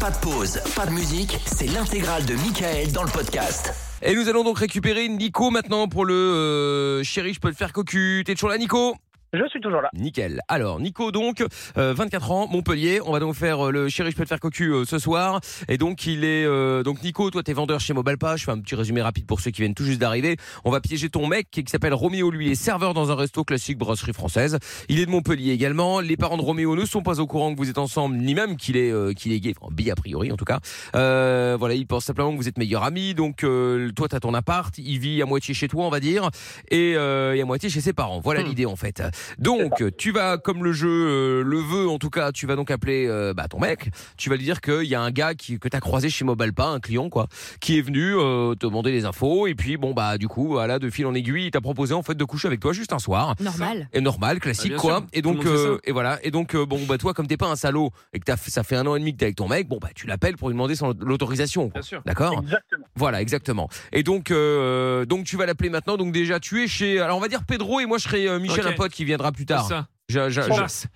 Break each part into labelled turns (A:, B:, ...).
A: Pas de pause, pas de musique, c'est l'intégrale de Michael dans le podcast.
B: Et nous allons donc récupérer Nico maintenant pour le euh, chéri, je peux le faire cocu. T'es toujours là, Nico
C: Je suis toujours là.
B: Nickel. Alors, Nico, donc, euh, 24 ans, Montpellier. On va donc faire euh, le chéri, je peux te faire cocu euh, ce soir. Et donc, il est. euh, donc, Nico, toi, t'es vendeur chez Mobalpa. Je fais un petit résumé rapide pour ceux qui viennent tout juste d'arriver. On va piéger ton mec qui, qui s'appelle Roméo. Lui est serveur dans un resto classique brasserie française. Il est de Montpellier également. Les parents de Roméo ne sont pas au courant que vous êtes ensemble, ni même qu'il est, euh, qu'il est gay. Enfin, bi a priori, en tout cas. Euh, voilà, il pense simplement que vous êtes meilleur ami. Donc, euh, toi, t'as ton appart. Il vit à moitié chez toi, on va dire, et, euh, et à moitié chez ses parents. Voilà l'idée, en fait. Donc, tu vas, comme le jeu euh, le veut, en tout cas, tu vas donc appeler euh, bah, ton mec. Tu vas lui dire qu'il y a un gars qui, que t'as croisé chez Mobalpa, un client, quoi, qui est venu euh, te demander des infos. Et puis, bon, bah, du coup, voilà, de fil en aiguille, il t'a proposé, en fait, de coucher avec toi juste un soir.
D: Normal.
B: Et normal, classique
E: Ah, bien
B: quoi.
E: sûr.
B: Et
E: Tout le
B: donc
E: monde fait
B: euh, et voilà. Et donc euh, bon bah toi comme t'es pas un salaud et que t'as fait- ça fait un an et demi que t'es avec ton mec, bon bah tu l'appelles pour lui demander son l'autorisation. quoi.
E: Bien sûr.
B: D'accord.
C: Exactement.
B: Voilà exactement. Et donc euh, donc tu vas l'appeler maintenant. Donc déjà tu es chez alors on va dire Pedro et moi je serai euh, Michel
E: Ok.
B: un pote qui viendra plus
E: C'est
B: tard.
E: ça.
B: Je- je- je-
E: Jonas.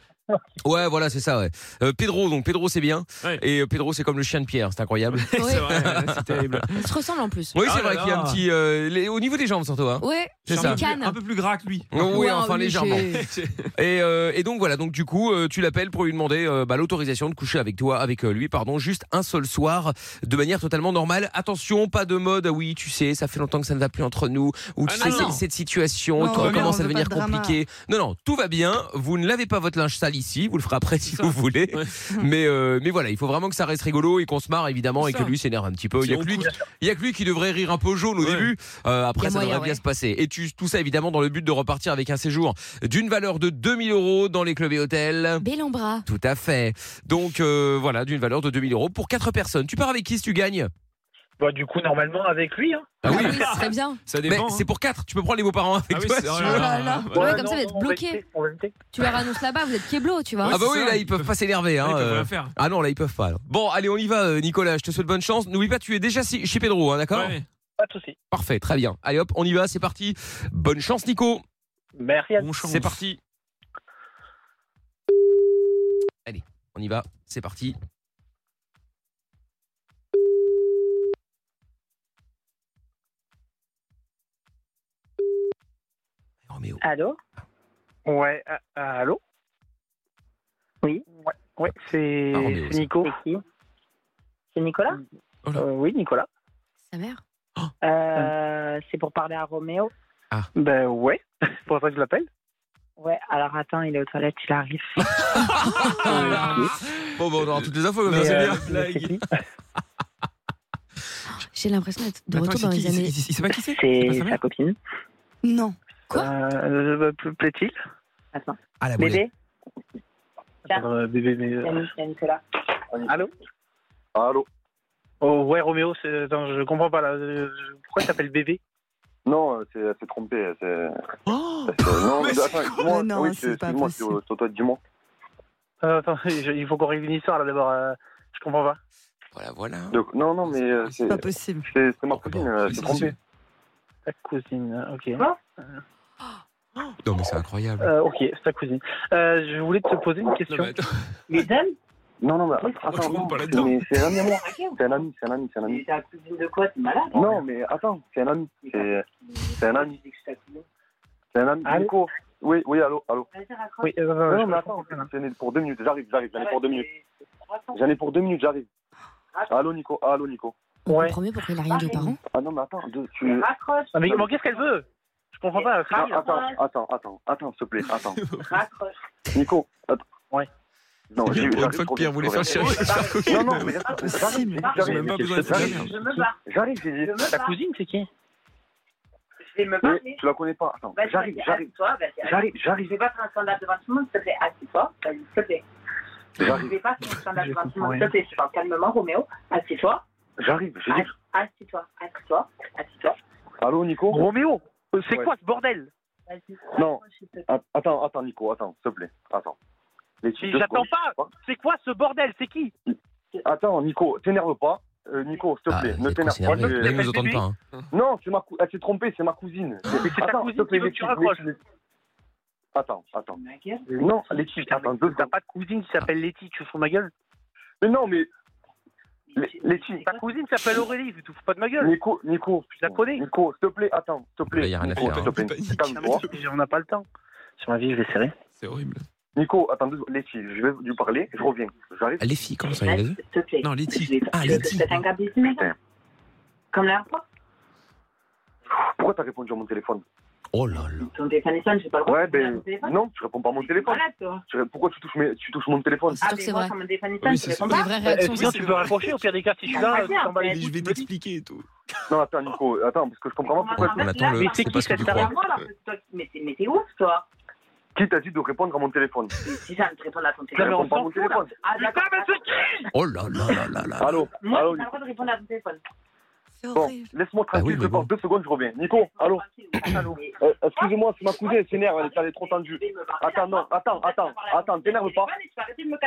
B: ouais voilà c'est ça ouais. Euh, Pedro donc Pedro c'est bien.
E: Ouais.
B: Et euh, Pedro c'est comme le chien de Pierre c'est incroyable.
D: Ouais,
E: C'est vrai, c'est terrible.
D: Ils se ressemblent en plus.
B: oui
E: Ah
B: c'est
E: là
B: vrai
E: là.
B: qu'il y a un petit euh, les- au niveau des jambes surtout hein.
D: Ouais,
B: C'est
D: je
B: ça.
E: Un peu plus-
D: canne.
E: Un peu plus gras que lui.
B: Oui,
D: Ouais,
B: enfin
D: oui,
B: légèrement.
D: j'ai-
B: Et, euh, et donc voilà, donc du coup, euh, tu l'appelles pour lui demander euh, bah, l'autorisation de coucher avec toi, avec euh, lui, pardon, juste un seul soir, de manière totalement normale. Attention, pas de mode. Ah oui, tu sais, ça fait longtemps que ça ne va plus entre nous, ou tu
E: Ah
B: sais
E: non,
B: c'est-
E: non.
B: cette situation
F: Non,
B: qui
F: tout va bien,
B: commence
F: on
B: à
F: veut
B: devenir
F: pas de drama.
B: compliquée. Non, non, tout va bien. Vous ne lavez pas votre linge sale ici. Vous le ferez après si
E: ça.
B: vous voulez.
E: Ouais.
B: Mais euh, mais voilà, il faut vraiment que ça reste rigolo et qu'on se marre évidemment
E: C'est
B: et que
E: ça.
B: lui s'énerve un petit peu. Il y a
E: C'est
B: que lui,
E: on
B: qui-
E: coûte.
B: il y a que lui qui devrait rire un peu jaune au
E: Ouais.
B: début. Euh,
D: Y
B: après,
D: a
B: ça
D: moyen,
B: devrait bien
D: ouais.
B: se passer. Et tu, tout ça évidemment dans le but de repartir avec un séjour d'une valeur de 2000 euros dans les clubs et hôtels.
D: Bel embras.
B: Tout à fait. Donc euh, voilà, d'une valeur de 2000 euros pour quatre personnes. Tu pars avec qui si tu gagnes
C: Bah, du coup, normalement, avec lui. Hein.
B: Ah oui.
D: ce serait bien.
E: Ça
B: Mais
E: dépend. hein.
B: c'est pour quatre. Tu peux prendre les beaux-parents avec
E: Ah oui,
B: toi.
E: c'est- oh
B: si-
E: là
F: Oh
E: là.
F: là là.
D: Ouais,
C: Voilà,
D: comme
C: non,
D: ça,
G: Ah
D: vous êtes
C: on va
D: bloqué.
C: éviter, on va éviter.
D: Tu leur annonces là-bas, vous êtes Keblo, tu vois.
B: ah bah
E: c'est
B: oui,
E: ça,
B: là
E: ils
B: ils peuvent
E: peuvent-
B: pas s'énerver.
E: Ouais,
B: hein,
E: ils peuvent
B: euh.
E: rien faire.
B: Ah non, là ils peuvent pas. alors. Bon, allez, on y va, euh, Nicolas. Je te souhaite bonne chance. N'oublie pas, tu es déjà si- chez Pedro, hein, d'accord
E: Ouais.
C: Pas de souci.
B: Parfait, très bien. Allez hop, on y va, c'est parti. Bonne chance, Nico.
C: Merci à vous.
E: Bon chance.
B: C'est parti. Allez, on y va. C'est parti. Roméo.
H: Allô
C: Ouais, ah, ah, allô
H: Oui.
C: Ouais, ouais, c'est
B: Ah, Roméo,
C: c'est
B: ça.
C: Nico.
H: C'est qui C'est Nicolas
C: Euh, oui, Nicolas.
D: Sa mère.
H: Euh, C'est pour parler à Roméo
C: Ben ouais, c'est pour ça que je l'appelle.
H: Ouais, alors attends, il est aux toilettes, il arrive.
B: Bon, bon, on aura toutes les infos comme
C: Euh, Mais,
B: ça.
C: euh,
E: bien, là,
C: c'est
E: il-
C: qui
D: J'ai l'impression d'être de
E: Attends,
D: retour
E: c'est
D: dans
E: qui
D: les
E: C'est-
D: années.
E: c'est- c'est- C'est pas qui c'est C'est pas sa
H: C'est
E: mère
H: sa copine.
F: Non. Quoi
C: Euh, bah, pla- Plaît-il
B: Ah, la boulette.
H: Bébé Tiens.
C: Attends, euh, Bébé, mais...
H: Il y a
C: euh,
H: Nic- il y a Nicolas.
C: Allô
G: Allô
C: Oh ouais, Roméo, c'est- attends, je comprends pas là. euh, Pourquoi il t'appelle bébé
G: Non, euh, c'est elle s'est trompée. C'est...
E: Oh
G: c'est- Non,
E: mais
G: mais
E: c'est
G: attends, excuse-moi.
F: Mais non,
G: Ah
F: c'est
G: oui, c'est-
F: pas
G: excuse-moi,
F: possible.
G: c'est- c'est toi, dis-moi.
C: Euh, Attends, je- il faut qu'on règle une histoire là d'abord. euh, Je comprends pas.
B: Voilà, voilà.
G: Donc, non, non, mais euh, c'est,
F: Pas possible.
G: c'est, c'est ma copine, euh, elle s'est
E: c'est-
G: trompée.
C: Ta cousine, hein, ok.
B: Non, mais c'est incroyable.
C: Euh, ok, c'est ta cousine. Euh, je voulais te poser une
E: Non,
C: question.
E: mais attends,
H: Les dames
G: Non, non, mais
H: Ah,
E: je
G: attends,
E: rentre pas
G: non,
E: là-dedans.
G: mais c'est un ami à moi. C'est un ami, c'est un ami, c'est un
H: Mais
G: ami.
H: ta cousine de quoi T'es malade
G: Non, mais attends, c'est un ami. C'est, c'est un ami. C'est un ami.
C: Allô
G: Nico. Oui, oui, allô, allô.
H: Vas-y, raccroche.
C: Oui, euh,
G: Non,
C: je
G: mais
C: comprends
G: attends,
C: pas, là.
G: j'en ai pour deux minutes, j'arrive, j'arrive, j'en ai pour deux minutes.
C: Ah,
H: Attends,
G: J'en ai pour deux minutes, j'arrive. Allô, Nico, allô, Nico.
D: On
C: Ouais.
D: comprend mieux pourquoi il a rien dit aux parents.
G: Ah non, mais attends, deux, tu...
H: Raccroche,
C: Ah, mais, mais qu'est-ce qu'elle veut Je comprends pas.
G: Ah,
C: Craig.
G: attends, attends, attends, attends, s'il te plaît, attends.
H: raccroche.
G: Nico, attends.
C: Ouais.
G: Non,
B: Pour
G: j'ai
B: une
G: eu
B: fois que Pierre voulait faire chier.
G: Non, non, mais attends,
C: Bah,
E: J'ai
F: Possible.
G: j'arrive,
E: même pas
G: j'arrive,
E: besoin de
G: j'arrive,
E: faire.
H: Je me barre.
G: J'arrive, j'ai dit.
H: Je me
C: Ta
H: barre.
C: cousine, c'est qui
H: Je vais me
G: Mais
H: barrer.
G: Tu la connais pas. Attends,
H: Vas-y,
G: j'arrive,
H: vas-y,
G: j'arrive,
H: assis-toi, vas-y, assis-toi.
G: j'arrive,
H: Je
G: j'arrive,
H: vais pas faire un scandale devant tout le monde, s'il te plaît. Assis-toi, vas-y, s'il te plaît. Je
G: j'arrive,
H: vais pas faire un scandale
C: Je
H: devant tout le
C: comprends
H: monde, s'il te plaît. Je parle calmement, Roméo. Assis-toi,
G: j'arrive. J'ai dit.
H: assis-toi, assis-toi, assis-toi.
G: Allô, Nico.
C: Roméo, euh, c'est
G: Ouais.
C: quoi ce bordel
H: Vas-y,
G: Non.
H: raccroche, s'il te plaît.
G: Att- Attends, attends, Nico, attends, s'il te plaît, attends. Les filles, deux
C: J'attends
G: secondes.
C: pas. C'est quoi ce bordel C'est qui
G: Attends, Nico, t'énerve pas. Euh, Nico, s'il te
B: Ah,
G: plaît,
B: vous
G: ne
B: êtes
G: t'énerve pas.
B: considérés.
C: je-
B: Ils nous entendent pas. hein.
G: Non, c'est ma cou- elle s'est trompée, c'est ma cousine.
C: ta
G: Attends,
C: cousine
G: s'il te
C: qui
G: plaît,
C: veut
G: les
C: que tu
G: filles, les
C: raccroches.
G: filles, les- Attends, attends.
H: Ma gueule.
G: Non, les filles,
C: Putain,
G: attends
C: mais
G: deux
C: T'as
G: secondes.
C: pas de cousine qui s'appelle Letty, tu fous ma gueule
G: Mais non, mais Les, les filles,
C: Ta cousine s'appelle Aurélie, tu te fous pas de ma gueule.
G: Nico, Nico,
C: Je la connais.
G: Nico, s'il te plaît, attends, s'il te
B: Là,
G: plaît.
B: y a rien à
G: Nico,
B: faire,
G: s'il te
B: hein.
G: plaît,
E: Panique.
G: calme-toi.
C: On n'a pas le temps. Sur ma vie, je vais serrer.
E: C'est horrible.
G: Nico, attends, deux secondes. les filles, je vais lui parler, je reviens. J'arrive.
B: hein. Les filles, comment ça les
H: S'il
B: deux
H: te plaît.
E: Non, Letty.
H: Je vais-
B: Ah,
H: je vais
B: Letty.
H: te faire un cabinet.
G: Putain.
H: Comme la fois,
G: Pourquoi t'as répondu à mon téléphone
B: Oh là là.
H: ton téléphone sonne, j'ai pas le droit.
G: Ouais,
H: de prendre
G: ben
H: mon téléphone.
G: non, tu réponds pas à mon téléphone.
H: Voilà, toi.
G: Tu- Pourquoi tu touches, mes- tu touches mon téléphone
D: C'est
H: Ah,
D: sûr que
H: mais
D: c'est
H: moi,
D: vrai.
H: quand mon téléphone
E: Oui,
H: sonne,
E: c'est
H: je réponds
E: ça.
D: Les
H: pas.
D: vraies
C: Euh,
D: réactions.
C: sinon,
E: c'est
C: tu peux
E: vrai.
C: rapprocher. Au pire des cas, si je suis
H: Ah,
C: là, tu
H: merde,
C: t'en bats les
H: mais
E: Mais je vais
C: couilles, tu me dis.
E: t'expliquer et tout.
G: Non, attends, Nico, attends, parce que je comprends pas
H: Comment
G: pourquoi.
H: ça
B: On attend le.
H: Mais
C: c'est
B: C'est
C: qui
B: pas ce que tu
C: cette
H: C'est à
B: crois.
H: moi, là, parce que toi, tu- Mais t'es mais t'es ouf, toi.
G: Qui t'a dit de répondre à mon téléphone
H: Si ça me te répond à ton
C: Non, mais
G: Je
H: téléphone.
C: on
G: réponds pas à
C: s'en
G: mon
C: fout, là.
G: téléphone.
H: Ah, d'accord.
B: Oh là là là là
C: Ah,
B: là.
G: Allô
H: Moi,
G: Allô
H: j'ai pas le droit de répondre à ton téléphone.
F: C'est
G: Bon,
F: horrible.
G: laisse-moi
B: Ah oui,
G: tranquille
B: mais
G: deux, secondes,
B: bon.
G: deux secondes, je reviens. Nico, allô
H: Allô
G: Euh, Excusez-moi, c'est ma cousine, elle s'énerve, elle est- elle est trop tendue. Attends, non, attends, attends, attends, t'énerve pas.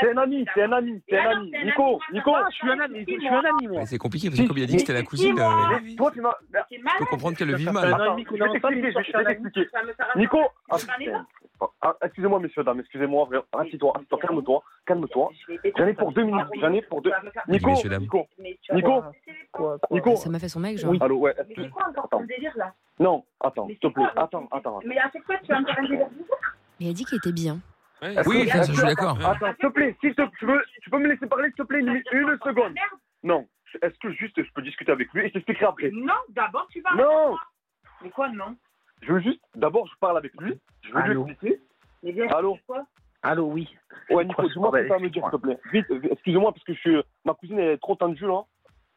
G: C'est un ami, c'est un ami, c'est un ami. Nico, Nico,
C: Ah, je suis un ami, je suis un ami, moi.
B: Mais C'est compliqué parce que comme il a dit que c'était la cousine,
H: Excusez-moi.
B: euh,
G: mais toi tu m'as. Merde,
B: je peux comprendre qu'elle le vive
C: Euh,
B: mal.
C: non,
G: attends,
C: Nico,
G: je
C: non,
G: vais t'expliquer,
C: pas, mais
G: je vais t'expliquer. Nico ah, putain. Ah, Excusez-moi, messieurs, dames, excusez-moi, frère. assis-toi, assis-toi, calme-toi, calme-toi. J'en ai pour deux minutes, j'en ai pour deux. Nico,
B: messieurs, dames.
G: Nico,
H: Nico,
G: Nico, Nico.
D: Ça m'a fait son mec, genre.
G: Allô, ouais.
H: Mais c'est quoi encore ton délire là
G: Non, attends,
H: Mais
G: s'il te
H: c'est
G: plaît,
H: quoi
G: attends, attends.
H: Mais à chaque fois, tu as encore un délire bizarre.
D: Mais elle dit qu'il était bien.
B: Oui,
G: Est-ce
B: ça,
G: que-
B: ça, je suis d'accord.
G: Attends, s'il te plaît, s'il te tu veux, tu peux me laisser parler, s'il te plaît, une, minute- une seconde. Non, est-ce que juste je peux discuter avec lui et je t'expliquerai après
H: Non, d'abord tu vas.
G: Non
H: Mais quoi, non
G: Je veux juste, d'abord, je parle avec lui, je veux
C: Allô
G: lui expliquer.
H: Mais bien,
G: Allô
H: quoi
C: Allô, oui.
G: Ouais, Nico,
C: Quoi, ce
G: dis-moi ce
C: bordel,
G: que t'as à me dire, s'il te plaît. Vite, vite, excuse-moi, parce que je suis... ma cousine elle est trop tendue, hein. là.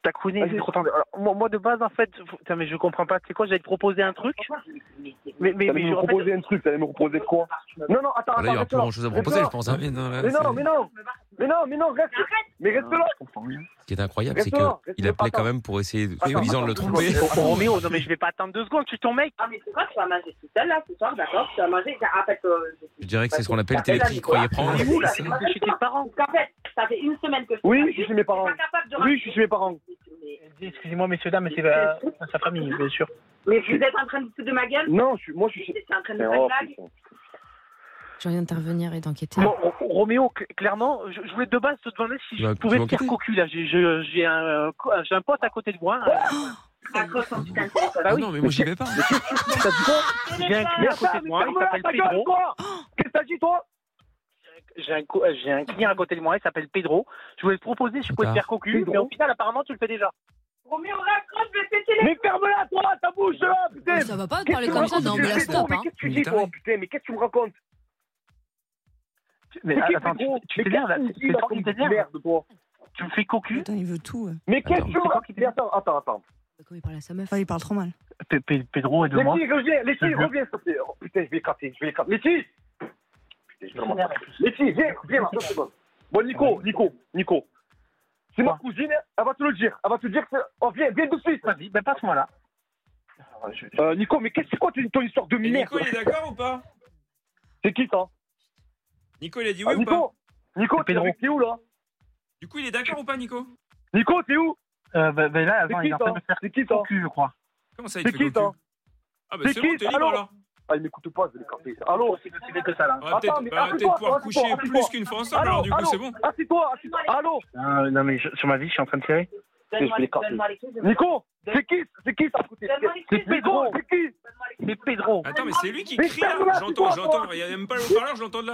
C: Ta cousine,
G: Vas-y.
C: c'est trop tendre. Alors, moi, moi, de base, en fait, faut- putain, mais je comprends pas. Tu sais quoi, j'allais te proposer un truc.
H: Mais c'est
C: Mais, mais,
G: T'allais
C: mais
G: me
C: je en fait,
G: proposer un truc, t'allais me proposer quoi Non, non, attends,
B: Ah, Là, il y aura plus
G: attends,
B: grand
G: reste
B: chose à proposer, je pense. hein.
E: mais non, là,
G: là. Mais non,
E: c'est-
H: je me
G: mais non,
H: barre.
G: mais non, mais non, reste,
H: Mais arrête,
G: mais reste là.
B: Ce qui est incroyable, c'est
G: Reste-toi,
B: qu'il
G: reste-toi,
B: appelait quand
G: attends.
B: même pour essayer, de-
G: Attends,
B: soi-disant, de le
G: attends,
B: tromper.
G: attends, attends.
C: Roméo, non, mais je vais pas attendre deux secondes, tu es ton mec.
H: Ah, mais c'est quoi, tu vas manger tout seul là ce soir, d'accord Tu vas manger. Ah, en fait, euh,
B: Je dirais que c'est ce qu'on appelle télétrique, croyez prendre.
H: C'est où, là
C: C'est chez tes parents.
H: Parce qu'en fait, ça fait une semaine que je
G: Oui,
H: te
G: je suis
H: dis,
G: chez mes
H: t'es
G: parents.
H: pas capable de
G: Oui, je suis chez mes parents.
H: Mais,
C: Elle dit, Excusez-moi, messieurs, dames, mais c'est euh, sa famille, bien sûr.
H: mais vous êtes en train de vous foutre de ma gueule
G: Non, je suis, moi, je suis.
H: Tu es en train de faire
G: Oh,
H: une blague
G: putain.
D: J'ai envie d'intervenir et d'enquêter.
C: Bon, Ro- Roméo, cl- clairement, je, je voulais de base te demander si
B: Tu
C: je
B: vas-
C: pouvais
B: tu vas
C: te faire
B: enquêter
C: cocu là. J'ai je- j'ai un, euh, co- j'ai un pote à côté de moi. euh,
H: à cause de ton putain de téléphone.
E: Ah non, mais moi j'y vais pas.
G: T'as dit quoi
C: J'ai un client à côté de moi, il
G: Ah,
C: s'appelle Pedro.
G: Qu'est-ce que t'as dit, toi
C: J'ai un, co- j'ai un client à côté de moi, il s'appelle Pedro. Je voulais te proposer si je pouvais te faire cocu,
G: Pedro.
C: mais au final, apparemment, tu le fais déjà.
H: Roméo, raccroche, je vais péter les
G: Mais ferme-la, toi, ta bouche, là, putain
D: Oh, ça va pas de
G: Qu'est-ce que
D: parler
G: tu
D: comme ça,
G: racontes,
D: non,
G: tu
D: mais là,
G: fais, toi
D: stop, hein.
G: Mais qu'est-ce que tu
E: Mais
G: dis,
E: t'as
G: toi,
E: raison.
G: putain Mais qu'est-ce que tu me racontes
C: Mais
G: qu'est-ce
C: attends,
G: que
C: tu
G: gros
C: tu
G: Mais
C: t'énerves là,
G: qu'est-ce que
C: c'est
G: tu dis,
C: c'est toi qui
G: comme
C: t'énerves.
G: merde, toi
C: Tu me fais cocu
F: Putain, il veut tout. euh. ouais.
G: Mais qu'est-ce
B: Attends.
G: que tu me racontes Mais Attends, attends, attends.
D: Comment il parle à sa meuf
F: Enfin, il parle trop mal.
C: Pe- Pe- Pedro et de
G: Les
C: moi.
G: filles, reviens, les filles,
C: Je veux.
G: reviens, s'il te plaît. Oh, Putain, je vais les casser, je vais les casser. Les filles Putain, je vais vraiment- Les filles, viens, viens, là, deux secondes. Bon, Nico, Nico, Nico. C'est ma cousine, elle va te le dire. Elle va te dire que. c'est- Oh, viens, viens tout de suite.
C: Vas-y, ben passe-moi là.
G: Euh, Nico, mais qu'est-ce que c'est quoi ton histoire de merde
E: Nico, il est d'accord ou pas
G: C'est qui ça
E: Nico, il a dit
G: Ah,
E: oui ou pas
G: Nico Nico,
C: C'est
G: t'es
C: Pedro.
G: avec- t'es où là
E: Du coup, il est d'accord ou pas, Nico
G: Nico, t'es où
C: Euh, ben, ben là, attends,
G: C'est qui,
C: il est en train de
G: toi
C: me faire
G: C'est qui toi
C: cocu, je crois.
E: Comment ça, il
G: C'est
E: te fait
G: qui,
E: cocu
G: toi
E: Ah bah
G: C'est
E: c'est
G: qui
E: bon, t'es libre
G: Alors
E: alors
G: Ah, il m'écoute pas, je vais les casser. Allô
C: C'est mieux que ça là.
E: On va
G: Attends,
E: peut-être
G: mais
E: bah, peut-être
G: assis-toi,
E: pouvoir coucher
G: assis-toi,
E: plus
G: assis-toi.
E: qu'une fois ensemble, alors
G: Allô
E: du coup, c'est bon.
G: Assis-toi, assis-toi. Allô
C: Euh, non, mais je- sur ma vie, je suis en train de serrer.
H: Donne-moi
G: je
H: les
G: l'ai
H: clés,
G: capté.
H: donne-moi les clés, je me-
G: Nico C'est qui C'est qui ça à côté
H: Donne-moi les clés,
G: C'est
H: je me-
G: Pedro, c'est qui
C: C'est Pedro.
E: Attends, mais c'est lui qui
G: Mais
E: crie là
G: ferme-la, c'est
E: J'entends,
G: toi,
E: j'entends.
G: toi.
E: Il y a même pas le haut-parleur, j'entends de là.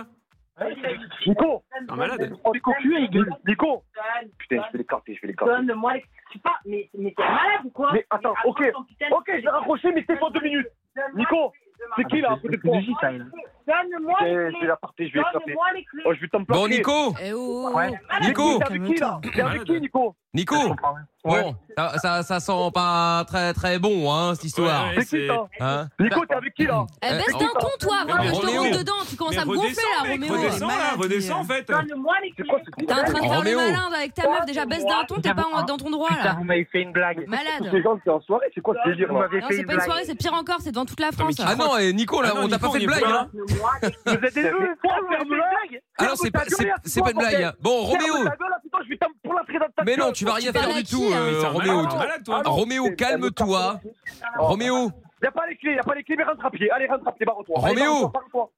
G: Nico
E: Un malade.
G: Oh,
C: C'est cocu et il gueule.
G: Nico
H: Donne-
G: Putain, je vais les capter, je vais les capter.
H: Donne-moi les Je sais pas, mais, mais t'es malade ou quoi
G: Mais attends,
H: raccroche
G: ok.
H: ton putain de
G: Euh, Ok, je vais raccrocher, mais c'est pour deux minutes.
H: Donne-moi
G: Nico,
H: les clés, je me
G: c'est
C: Ah,
G: qui là à côté de toi
C: C'est Luigi, ça, il.
H: Donne-moi
G: Putain,
H: les
G: Je vais
H: clés.
G: la partir, je vais les capter.
H: Donne-moi les clés.
G: Oh, je vais t'emplacer.
B: Bon, Nico
D: Eh oh, oh,
C: Ouais.
D: oh.
B: Nico
G: T'es avec qui là
D: Bah,
G: T'es avec qui,
E: Malade.
G: Nico
C: Je
B: Nico
C: comprends rien. Ouais.
B: Bon, ça, ça, ça sent pas très très bon, hein, cette histoire.
E: Ouais, ouais,
G: C'est qui ça
B: Hein
G: Nico, t'es avec qui là
D: Eh, baisse
B: Eh,
D: d'un ton, toi, avant que je te
B: Roméo.
D: roule dedans. Tu commences
E: Mais
D: à me gonfler, là,
E: mec,
D: Roméo.
E: Redescends là,
F: Malade,
E: redescends en fait.
H: Donne-moi les
G: C'est
H: clés.
G: quoi ce truc
D: T'es en train de faire le
B: Roméo.
D: malin, là, avec ta meuf. Déjà, baisse d'un ton, t'es pas en- dans ton droit,
C: Putain,
D: là.
C: vous m'avez fait une blague.
D: Malade.
G: Ces gens, c'est en soirée, c'est quoi ce délire
C: Vous
G: là
C: m'avez
D: Non,
C: fait
D: c'est
C: une
D: pas une soirée,
C: blague.
D: c'est pire encore, c'est devant toute la France.
B: Ah non, eh, Nico, là,
E: Ah non,
B: on t'a
E: Nico,
B: pas fait
E: on y
B: de
E: est
B: blague.
E: pas,
B: hein.
E: hein.
H: Donne-moi les clés.
C: Vous êtes des
G: Mais
C: deux.
G: pourquoi vous m'avez fait une blague
B: Alors, c'est pas, c'est, c'est pas une blague. hein. Bon, Roméo,
G: Ta gueule, là, putain, je vais t'emplacer dans ta
B: mais non,
G: gueule.
B: tu vas rien
D: Tu parles
B: faire
D: à
B: du
D: qui,
B: tout,
D: là
B: euh,
E: Mais c'est un
B: Roméo.
E: malade, t'es un malade, toi.
G: Ah,
B: Roméo, calme-toi. Roméo,
G: Oh, Y'a pas les clés, y'a pas les clés, mais rentre à pied. Allez, rentre à pied, barre-toi. Allez,
B: Roméo.
G: barre-toi, barre-toi.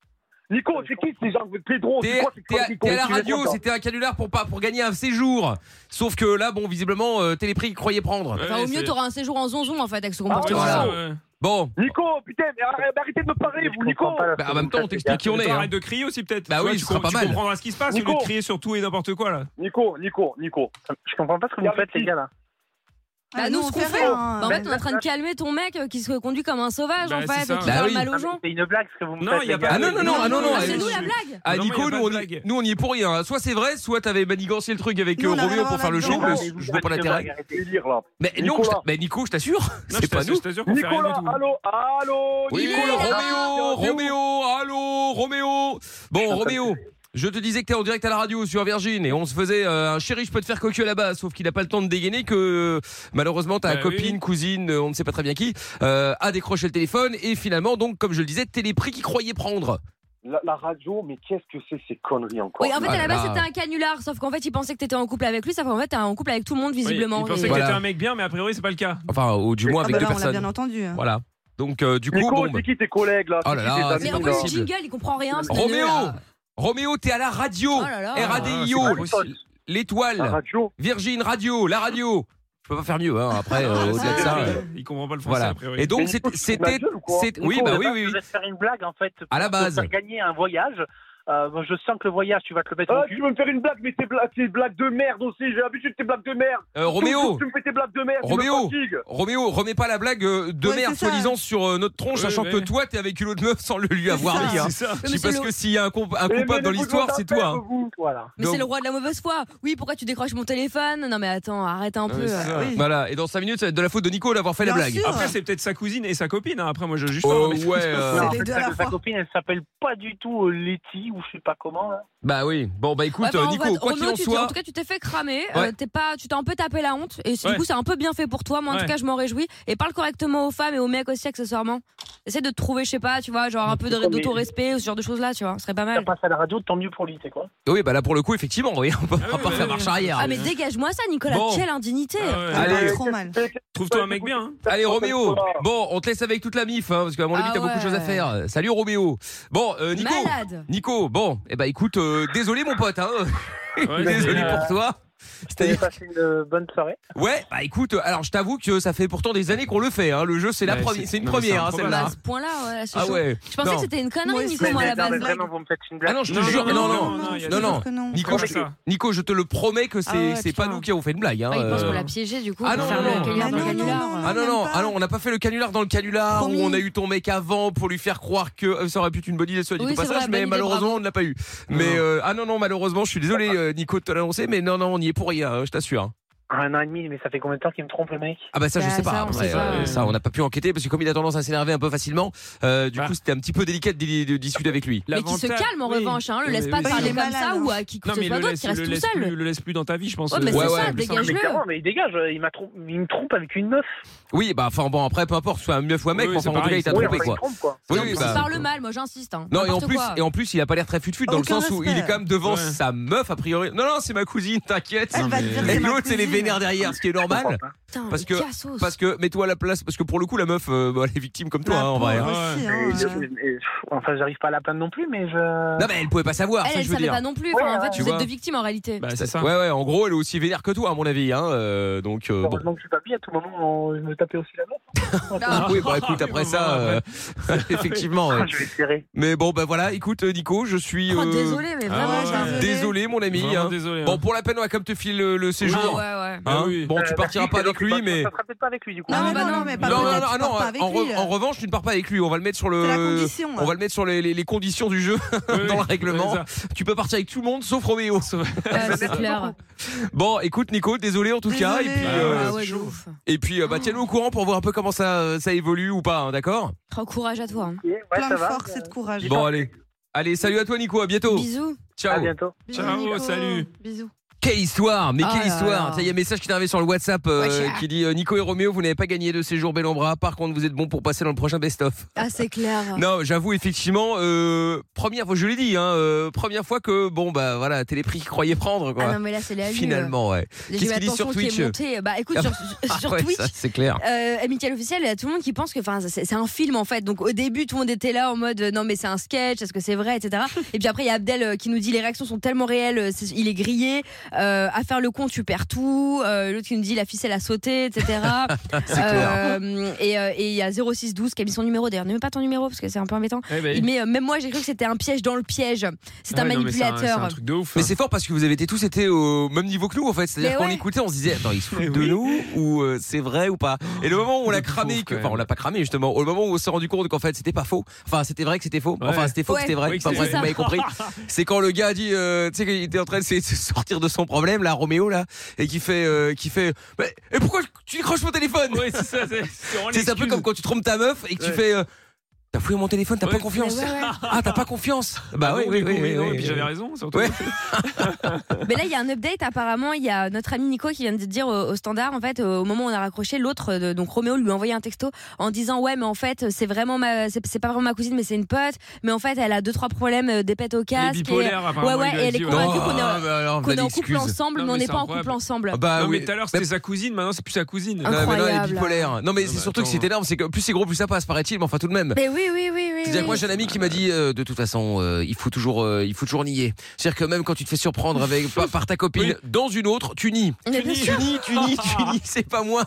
G: Nico, c'est qui ces gens Pedro, c'est
B: T'es
G: quoi ces
B: t'es à,
G: conneries
B: t'es à la
G: qu'on utilise
B: radio,
G: comme ça
B: c'était un canular pour, pas, pour gagner un séjour. Sauf que là, bon, visiblement, euh, Téléprix croyait prendre.
E: Ouais,
D: Enfin, au mieux,
E: c'est-
D: t'auras un séjour en zonzon en fait avec ce
G: ouais,
D: comportement.
B: voilà.
E: c'est ça, ouais.
B: Bon,
G: Nico, putain, mais arrête- mais arrêtez de me parler, vous, Nico
B: bah, en même temps, on t'explique qui on
E: Mais
B: est.
E: toi,
B: hein.
E: Arrête de crier aussi peut-être.
B: Bah
E: Tu
B: oui,
E: vois,
B: ce
E: tu
B: sera
E: com-
B: pas
E: tu
B: mal.
E: comprendras ce qui se passe au lieu
G: Nico.
E: de crier sur tout et n'importe quoi là.
G: Nico, Nico, Nico.
C: Je comprends pas ce que vous
G: Regarde
C: faites, les
G: ici.
C: gars, là.
D: Bah, nous, ce qu'on fait,
F: hein.
D: Bah, en fait, on est en train de calmer ton mec euh, qui se conduit comme un sauvage
E: Bah,
D: en fait, et
E: c'est
D: qui
E: ça.
D: parle
B: Bah oui.
D: mal aux
C: Ah, mais
D: gens.
C: C'est une blague ce que vous me
E: Non,
C: faites.
E: il y a
C: les gars.
E: pas
B: Ah,
E: de-
B: non, non, non, ah, non, non,
D: Ah, c'est
B: elle-
D: nous la blague
B: Ah,
E: Non, mais y
B: Nico,
E: a pas
B: nous
E: de
B: on, y,
E: blague.
B: nous, on y est pour rien. hein. Soit c'est vrai, soit t'avais manigancé le truc avec
F: Nous,
B: euh,
F: on a
B: Roméo
F: rien
B: pour
F: à
B: faire le
F: voir
B: show.
F: là-dedans.
B: mais
C: Mais
B: Je
C: vous
B: je vois
C: faites
B: pas
C: une
B: l'intérêt.
C: blague, arrêtez.
G: Délire, là.
B: Mais non,
G: Nicolas.
B: je t'a- mais Nico, je t'assure,
E: Non,
B: c'est
E: je
B: pas
E: t'assure,
B: nous.
E: je t'assure qu'on fait rien
G: Nicolas,
E: du tout.
G: allô, allô,
B: Oui,
G: Nicolas
B: Roméo, Roméo, allô, Roméo. Bon, Roméo. Je te disais que t'es en direct à la radio sur Virgin et on se faisait euh, un chéri, je peux te faire cocu à la base, sauf qu'il n'a pas le temps de dégainer que malheureusement ta
E: Bah oui.
B: copine, cousine, euh, on ne sait pas très bien qui, euh, a décroché le téléphone et finalement donc comme je le disais, Téléprix qui croyait prendre.
G: La, la radio, mais qu'est-ce que c'est ces conneries encore
D: Oui, en fait, à
B: Ah là
D: la base,
B: là.
D: c'était un canular, sauf qu'en fait, il pensait que t'étais en couple avec lui, sauf qu'en fait, t'es en couple avec tout le monde,
E: Oui,
D: visiblement.
E: Il pensait
D: Et-
E: que t'étais
B: Voilà.
E: un mec bien, mais a priori c'est pas le cas.
B: Enfin, ou du moins
F: Ah,
B: avec
F: bah
B: deux
F: là, on l'a bien
B: personnes.
F: entendu. hein.
B: Voilà. Donc euh, du coup,
G: Nico,
B: bon, bah,
G: c'est qui tes collègues là
B: Oh là là,
G: C'est qui tes
D: Mais
G: amis,
D: en
B: c'est
D: plus,
G: là
D: le
B: possible.
D: jingle, il comprend rien. parce que nous,
B: Roméo,
D: là-
B: Roméo, t'es à la radio,
D: Oh là là.
B: RADIO,
E: Ah, c'est pas possible.
G: La
B: l'étoile,
G: Ah, radio
B: Virgin Radio, la radio. Je peux pas faire mieux. Hein, après, euh, au-delà de
E: Ah,
B: ça. euh,
E: Il comprend pas le français
B: Voilà.
E: a priori.
B: Et donc
G: Mais Nico,
B: c'est-
G: tu fous de ma
B: c'était,
G: gueule ou quoi
B: c'est- oui,
C: Nico,
B: bah
C: à
B: oui,
C: la base,
B: oui,
C: Je
B: oui.
C: vais te faire une blague en fait.
B: À la
C: pour te
B: base.
C: faire gagner un voyage. Euh, bon, je sens que le voyage, tu vas te le mettre au
G: Ah, tu
C: cul.
G: veux me faire une blague, mais tes blagues, tes blagues de merde aussi, j'ai l'habitude de tes blagues de merde
B: Euh, Roméo,
G: Toujours, Tu me fais tes blagues de merde,
B: Roméo.
G: tu me fatigues
B: Roméo, remets pas la blague euh, de
F: Ouais,
B: merde
F: c'est ça.
B: soi-disant sur euh, notre tronche,
E: Ouais,
B: sachant
E: ouais.
B: que toi t'es avec une autre meuf sans le lui avoir
F: ça.
B: dit. hein.
E: C'est ça.
D: Oui, mais
B: Si-
D: c'est
B: Parce
D: le-
B: que s'il y a un, comp-
G: Eh,
B: un coupable dans
G: Aimez-vous
B: l'histoire,
G: votre
B: c'est
G: affaire,
B: toi. hein.
G: vous. Voilà.
D: Mais c'est
B: Donc-
D: le roi de la mauvaise foi. Oui, pourquoi tu décroches mon téléphone Non, mais attends, arrête un peu.
E: Ouais, c'est ça.
F: oui.
B: Voilà. Et dans 5 minutes, ça va être de la faute de Nico d'avoir fait la
F: Bien
B: blague.
F: sûr.
E: Après, c'est peut-être sa cousine et sa copine. hein. Après, moi, je juge pas.
B: Oh,
E: mais-
B: ouais. euh,
F: C'est
C: Non, en
F: les
C: fait,
F: deux à
C: sa-
F: la
C: sa
F: fois.
C: copine, elle s'appelle pas du tout euh, Letty ou je sais pas comment. là.
B: Bah oui. Bon bah écoute,
D: Ouais, enfin,
B: euh,
D: on
B: Nico,
D: va-
B: quoi qu'il en
D: Roméo, tu t'es-
B: soit.
D: En tout cas, tu t'es fait cramer.
B: Ouais.
D: euh, t'es pas, tu t'es un peu tapé la honte. Et c-
E: Ouais.
D: du coup, c'est un peu bien fait pour toi. Moi, en
E: Ouais.
D: tout cas, je m'en réjouis. Et parle correctement aux femmes et aux mecs aussi, accessoirement. Essaie de te trouver, je sais pas, tu vois, genre un peu de-
C: mais-
D: d'auto-respect ou ce genre de choses-là, tu vois. Ce serait pas
C: Ça
D: mal.
C: passe à la radio, tant mieux pour lui, c'est quoi.
B: Oui, bah là pour le coup, effectivement, oui, on peut
E: Ah
B: pas
E: oui,
B: faire
E: oui, oui.
B: marche arrière.
D: Ah, mais dégage-moi ça, Nicolas.
B: Bon.
D: Quelle indignité.
E: Ah ouais.
B: Allez.
F: Allez, trop mal.
E: Trouve-toi un mec bien. hein.
B: Allez Roméo, bon, on te laisse avec toute la mif, hein, parce qu'à mon avis,
D: Ah
B: t'as beaucoup de choses à
D: ouais.
B: faire. Salut Roméo. Bon, euh, Nico.
D: Malade.
B: Nico, bon, eh ben écoute, euh, désolé mon pote, hein.
E: Ouais, euh,
B: désolé
E: c'est-
B: pour toi.
C: Vous avez
B: C'est-à-dire,
C: passé une euh, bonne soirée.
B: ouais, bah écoute, alors je t'avoue que ça fait pourtant des années qu'on le fait, hein. Le jeu, c'est la
E: Ouais,
B: première,
E: c'est-
B: c'est une
E: non, mais c'est
B: première, hein,
E: improbable.
D: Bah, à
B: celle-là.
D: ce point-là, ouais, là, c'est
B: Ah
D: chaud.
B: ouais.
D: Je pensais
B: Non.
D: que c'était une connerie,
F: Moi
D: Nico,
F: aussi,
D: moi, à la
C: non, mais
D: base.
C: vraiment, vous me faites une
B: Ah
C: blague.
B: non, je te
E: Non,
B: jure,
E: non,
B: non,
E: non,
B: non.
E: non, il y a-
B: non, non.
F: Que non.
B: Nico, je, te-
E: ça.
B: Nico, je te le promets que c'est
D: Ah ouais,
B: c'est pas
D: putain.
B: nous qui avons fait une blague, hein.
D: Ah, il pense
B: euh.
D: qu'on l'a piégé, du coup.
B: Ah
D: pour
B: non,
D: faire
B: non,
D: le
B: non.
D: canular
F: Ah
D: dans le
F: non, non,
D: canular.
F: non, non.
B: Ah non,
F: même
B: non,
F: pas.
B: ah non, on n'a pas fait le canular dans le canular
F: Promis.
B: où on a eu ton mec avant pour lui faire croire que euh, ça aurait pu être une bonne idée, soit dit
D: Oui,
B: au
D: c'est
B: passage,
D: vrai, bonne
B: mais
D: idée,
B: malheureusement on ne l'a pas eu. Mais euh, ah non, non, malheureusement, je suis désolé
D: Ah bah.
B: euh, Nico de te l'annoncer, mais non, non, on y est pour rien, hein, je t'assure. hein.
C: Un an et demi, mais ça fait combien de temps qu'il me trompe le mec
B: Ah bah ça,
D: Bah,
B: je sais pas,
D: ça, on
B: après,
D: sait pas,
B: euh,
E: ouais.
B: ça, on n'a pas pu enquêter parce que comme il a tendance à s'énerver un peu facilement, euh, du
E: Bah.
B: coup c'était un petit peu délicat de, di- de discuter avec lui.
D: Mais qui se
E: L'avantage-
D: calme en
E: oui.
D: revanche, hein, le
E: Oui,
D: laisse
E: mais
D: pas
E: oui,
D: parler
E: c'est-
F: il est
D: comme ça
F: malade,
D: ou à qui que
E: Non,
D: ce
E: mais
D: soit
E: le
D: d'autre,
E: laisse,
D: qui reste
E: le
D: tout
E: laisse
D: seul.
E: plus, le laisse plus dans ta vie, je pense.
D: Ouais, mais
E: euh,
B: c'est ça,
E: plus simple.
D: dégage-le.
C: Mais clairement, mais il dégage, euh, il, m'a trom- il me trompe avec une meuf.
B: Oui, bah enfin bon, après peu importe, soit un meuf ou un mec,
E: Oui,
B: mais
E: c'est
B: enfin, en tout
E: pareil,
B: cas il t'a
E: c'est-
C: Oui,
B: trompé
C: enfin, il
B: quoi.
C: me trompe, quoi.
B: Oui,
D: En
B: oui,
D: plus,
B: bah.
D: il parle mal, moi j'insiste. Hein.
B: Non et en
D: N'importe
B: plus
D: quoi.
B: et en plus il a pas l'air très fut-fut dans le
F: Aucun
B: sens où il
F: respect.
B: est quand même devant
E: Ouais.
B: sa meuf a priori. Non non c'est ma cousine t'inquiète.
F: Elle va te dire
B: Et
F: c'est ma
B: l'autre c'est les
F: cousine.
B: vénères derrière ce qui est normal.
D: Putain,
B: parce
D: le
B: que-
D: cassos.
B: Parce que mets-toi à la place, parce que pour le coup, la meuf, euh, bah, elle est victime comme toi,
F: La
B: hein, en vrai. hein.
F: pauvre
E: hein.
F: aussi,
C: Et-
F: hein.
C: et- et- enfin, j'arrive pas à la plaindre non plus, mais je.
B: hein. Non, mais elle pouvait pas savoir,
D: Elle,
B: ça
D: elle
B: je veux
D: savait
B: dire.
D: pas non plus. Enfin, en fait,
B: Tu
D: vous êtes
B: vois.
D: deux victimes en réalité.
E: Bah, c'est ça.
B: Ouais, ouais, en gros, elle est aussi vénère que toi, à mon avis. Hein, euh, donc, euh, bon.
C: Heureusement que je suis papy, à tout moment, on- je me tapais aussi la meuf.
D: Ah.
B: Oui, bah écoute, après ça, euh, effectivement. ouais.
C: Ah, je vais serrer.
B: Mais bon, bah voilà, écoute, euh, Nico, je suis.
D: Oh,
B: euh,
D: désolé, mais
E: Ah
D: vraiment.
E: ouais.
D: ça-
B: désolé, mon ami.
E: Vraiment
B: hein.
E: Désolé.
B: Bon,
E: hein.
B: pour la peine, on va comme te file le, le séjour.
D: Ah ouais, ouais.
E: Ah
B: hein.
E: oui.
B: Bon, tu
C: Euh,
B: partiras
C: merci,
B: pas
C: c'est
B: avec lui,
C: gentil,
B: mais.
C: Ça sera peut-être pas avec lui, du coup.
F: Non,
D: Ah,
F: mais
D: bah
F: bah
D: non.
F: non, mais pas
B: Non, non, non,
F: peut-être, tu
B: ah,
F: pars
B: non,
F: pas avec
B: en, re-
F: lui. euh.
B: en euh, revanche, tu ne pars pas avec lui. On va le mettre sur
F: C'est la
B: le.
F: condition. hein.
B: On va le mettre sur les, les- les conditions du jeu
E: Oui,
B: dans le
E: oui,
B: règlement.
E: c'est ça.
B: Tu peux partir avec tout le monde sauf Roméo.
D: Ouais, C'est clair.
B: Bon, écoute Nico, désolé en tout cas. Et
F: Désolé.
B: puis,
E: Bah,
B: euh,
D: Ah
E: c'est
D: ouais, de
E: chaud.
D: ouf.
B: et puis euh, bah, tiens-nous au courant pour voir un peu comment ça, euh, ça évolue ou pas, hein, d'accord
D: Oh, Courage à toi. hein.
C: Ok, ouais,
B: bah,
F: Plein
C: ça
F: de
C: va.
F: force et de courage.
B: Bon, allez. Allez, salut à toi Nico, à bientôt.
D: Bisous.
C: À
B: Ciao.
C: bientôt.
F: Bisous,
E: Ciao,
F: Nico.
E: salut.
F: Bisous.
B: Quelle histoire, mais
D: Ah
B: quelle
D: là là.
B: histoire Tiens, Il y a un message qui est arrivé sur le WhatsApp euh,
D: Ouais, cher.
B: qui dit euh, Nico et Roméo, vous n'avez pas gagné de séjour Bellambra, par contre vous êtes bon pour passer dans le prochain best-of.
D: Ah, c'est clair.
B: Non, j'avoue effectivement, euh, première fois, je l'ai dit, hein, euh, première fois que, bon bah voilà, Téléprix croyait prendre quoi.
D: Ah non, mais là, c'est la lune.
B: Finalement, ouais.
D: J'ai eu
B: Qu'est-ce qu'ils disent
D: l'attention
B: sur
D: qui
B: Twitch
D: est montée. Bah écoute,
B: Ah
D: sur, sur
B: Ah ouais,
D: Twitch,
B: ça, c'est clair.
D: euh, Amical Officiel, il y a tout le monde qui pense que enfin, c'est c'est un film en fait. Donc au début, tout le monde était là en mode euh, non, mais c'est un sketch, est-ce que c'est vrai, etc. Et puis après, il y a Abdel euh, qui nous dit les réactions sont tellement réelles, euh, c'est- il est grillé. euh, à faire le con, tu perds tout. Euh, L'autre qui nous dit la ficelle a sauté, etc. Euh, et euh, et il y a 0612 qui a mis son numéro. D'ailleurs, ne mets pas ton numéro parce que c'est un peu embêtant.
E: Eh ben,
D: Mais euh, même moi, j'ai cru que c'était un piège dans le piège. C'est un
E: Ah ouais, non, mais un- C'est
D: manipulateur.
E: un truc de ouf.
B: hein.
E: hein.
B: Mais c'est fort parce que vous avez été tous été au même niveau que nous en fait. C'est-à-dire
D: Mais
B: qu'on
D: ouais.
B: écoutait, on se disait attends ils se foutent
E: Mais
B: de
E: oui.
B: nous ou euh, c'est vrai ou pas. Et le moment où on l'a
E: Le pauvre,
B: cramé, que,
E: quand
B: enfin on
E: même.
B: l'a pas cramé justement, au moment où on s'est rendu compte qu'en fait c'était pas faux, enfin c'était vrai que c'était faux,
E: Ouais.
B: enfin c'était faux
D: Ouais.
B: que c'était vrai,
E: Oui, que
B: enfin
E: c'est
B: bref
D: ça.
B: vous m'avez compris. C'est quand le gars a dit, euh, tu sais qu'il était en train de se se sortir de son problème là, Roméo là, et qui fait, euh, qui fait, Bah, et pourquoi tu décroches mon téléphone
E: Ouais, c'est ça. C'est c'est vraiment
B: C'est un peu
E: l'excuse.
B: comme quand tu trompes ta meuf et que tu
E: Ouais.
B: fais, euh, t'as fouillé mon téléphone, t'as
E: Ouais.
B: pas
E: Ah
B: confiance.
D: Mais ouais, ouais.
B: Ah t'as pas confiance. Bah,
E: non,
B: oui
E: du
B: oui
E: coup,
B: oui oui.
E: non,
B: oui,
E: Et puis
B: oui.
E: j'avais raison, surtout.
B: Ouais.
D: Mais là, il y a un update. Apparemment, il y a notre ami Nico qui vient de dire au, au standard, en fait, euh, au moment où on a raccroché, l'autre, euh, donc Roméo, lui a envoyé un texto en disant Ouais, mais en fait, c'est vraiment ma, c'est c'est pas vraiment ma cousine, mais c'est une pote. Mais en fait, elle a deux, trois problèmes, euh, des pètes au
E: Elle est
D: casque. et-
E: bipolaire, apparemment.
D: ouais,
E: il lui
D: et
E: a
D: elle est
E: dit, ouais.
D: convaincue
E: Non,
D: qu'on est-
B: bah alors,
D: qu'on est en
B: valide,
D: couple
B: excuse.
D: ensemble,
E: Non,
D: mais on
E: mais
D: n'est
E: c'est
D: pas en
E: incroyable.
D: couple ensemble.
B: Ah Bah
E: non,
B: oui.
E: mais tout à l'heure,
B: Mais-
E: c'était sa cousine, maintenant, c'est plus sa cousine.
B: Non, mais non, elle est
D: Incroyable.
B: bipolaire. Non, mais
E: Non,
B: c'est
E: mais
B: surtout que
E: attends.
B: c'est énorme, c'est que plus c'est gros, plus ça passe, paraît-il, mais enfin tout de même.
D: Mais oui, oui, oui, oui.
B: C'est-à-dire que moi
D: oui.
B: j'ai un ami qui m'a dit euh, de toute façon euh, il faut toujours euh, il faut toujours nier. C'est-à-dire que même quand tu te fais surprendre avec par, par ta copine dans une autre, tu nies.
D: Mais bien
B: Tu
D: sûr.
B: nies, tu nies, tu nies, c'est pas moi.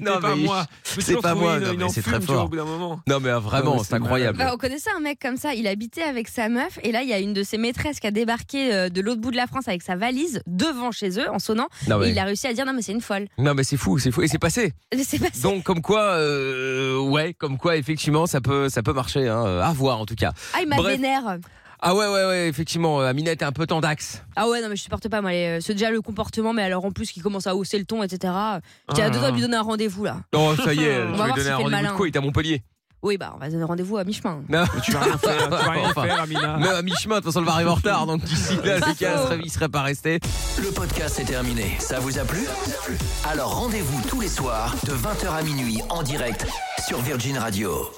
B: Non,
E: pas
B: mais-
E: moi. Je me suis
B: c'est pas
E: retrouvé
B: moi,
E: une-
B: non,
E: une
B: mais c'est
E: enfume,
B: très
E: tu vois,
B: fort.
E: Au bout d'un moment.
B: Non mais ah, vraiment,
E: Non, mais
B: c'est
E: c'est
B: incroyable.
D: Bah, on connaissait un mec comme ça, il habitait avec sa meuf et là il y a une de ses maîtresses qui a débarqué euh, de l'autre bout de la France avec sa valise devant chez eux en sonnant
B: Non
E: Ah
D: et
B: mais,
D: il a réussi à dire non mais c'est une folle.
B: non mais c'est fou, c'est fou et c'est passé.
D: C'est pas ça.
B: Donc comme quoi euh, ouais, comme quoi effectivement ça peut ça peut marcher hein, euh, à voir en tout cas.
D: Ah il m'a
B: Bref.
D: vénère.
B: Ah ouais ouais ouais, effectivement euh, Amina était un peu tendax.
D: Ah ouais, non, mais je supporte pas, moi. les- euh, C'est déjà le comportement, mais alors en plus, qui commence à hausser le ton, etc. J'étais à
E: Ah,
D: deux doigts de lui
E: ah.
D: donner un rendez-vous, là.
B: Oh ça y est,
D: On va
B: je
D: voir
B: vais donner
D: s'il fait
B: un
D: le
B: rendez-vous de
D: malin.
B: quoi il est à Montpellier.
D: Oui, bah, on va donner rendez-vous à mi-chemin.
B: Non.
E: Mais Tu vas rien faire, tu vas rien
B: Enfin.
E: faire, Amina.
B: Même à mi-chemin, de toute façon, le va arriver en retard. Donc d'ici là,
D: Pas
B: le gars
D: faux.
B: serait- il serait pas resté.
A: Le podcast est terminé. Ça vous a plu Alors rendez-vous tous les soirs de 20h à minuit en direct sur Virgin Radio.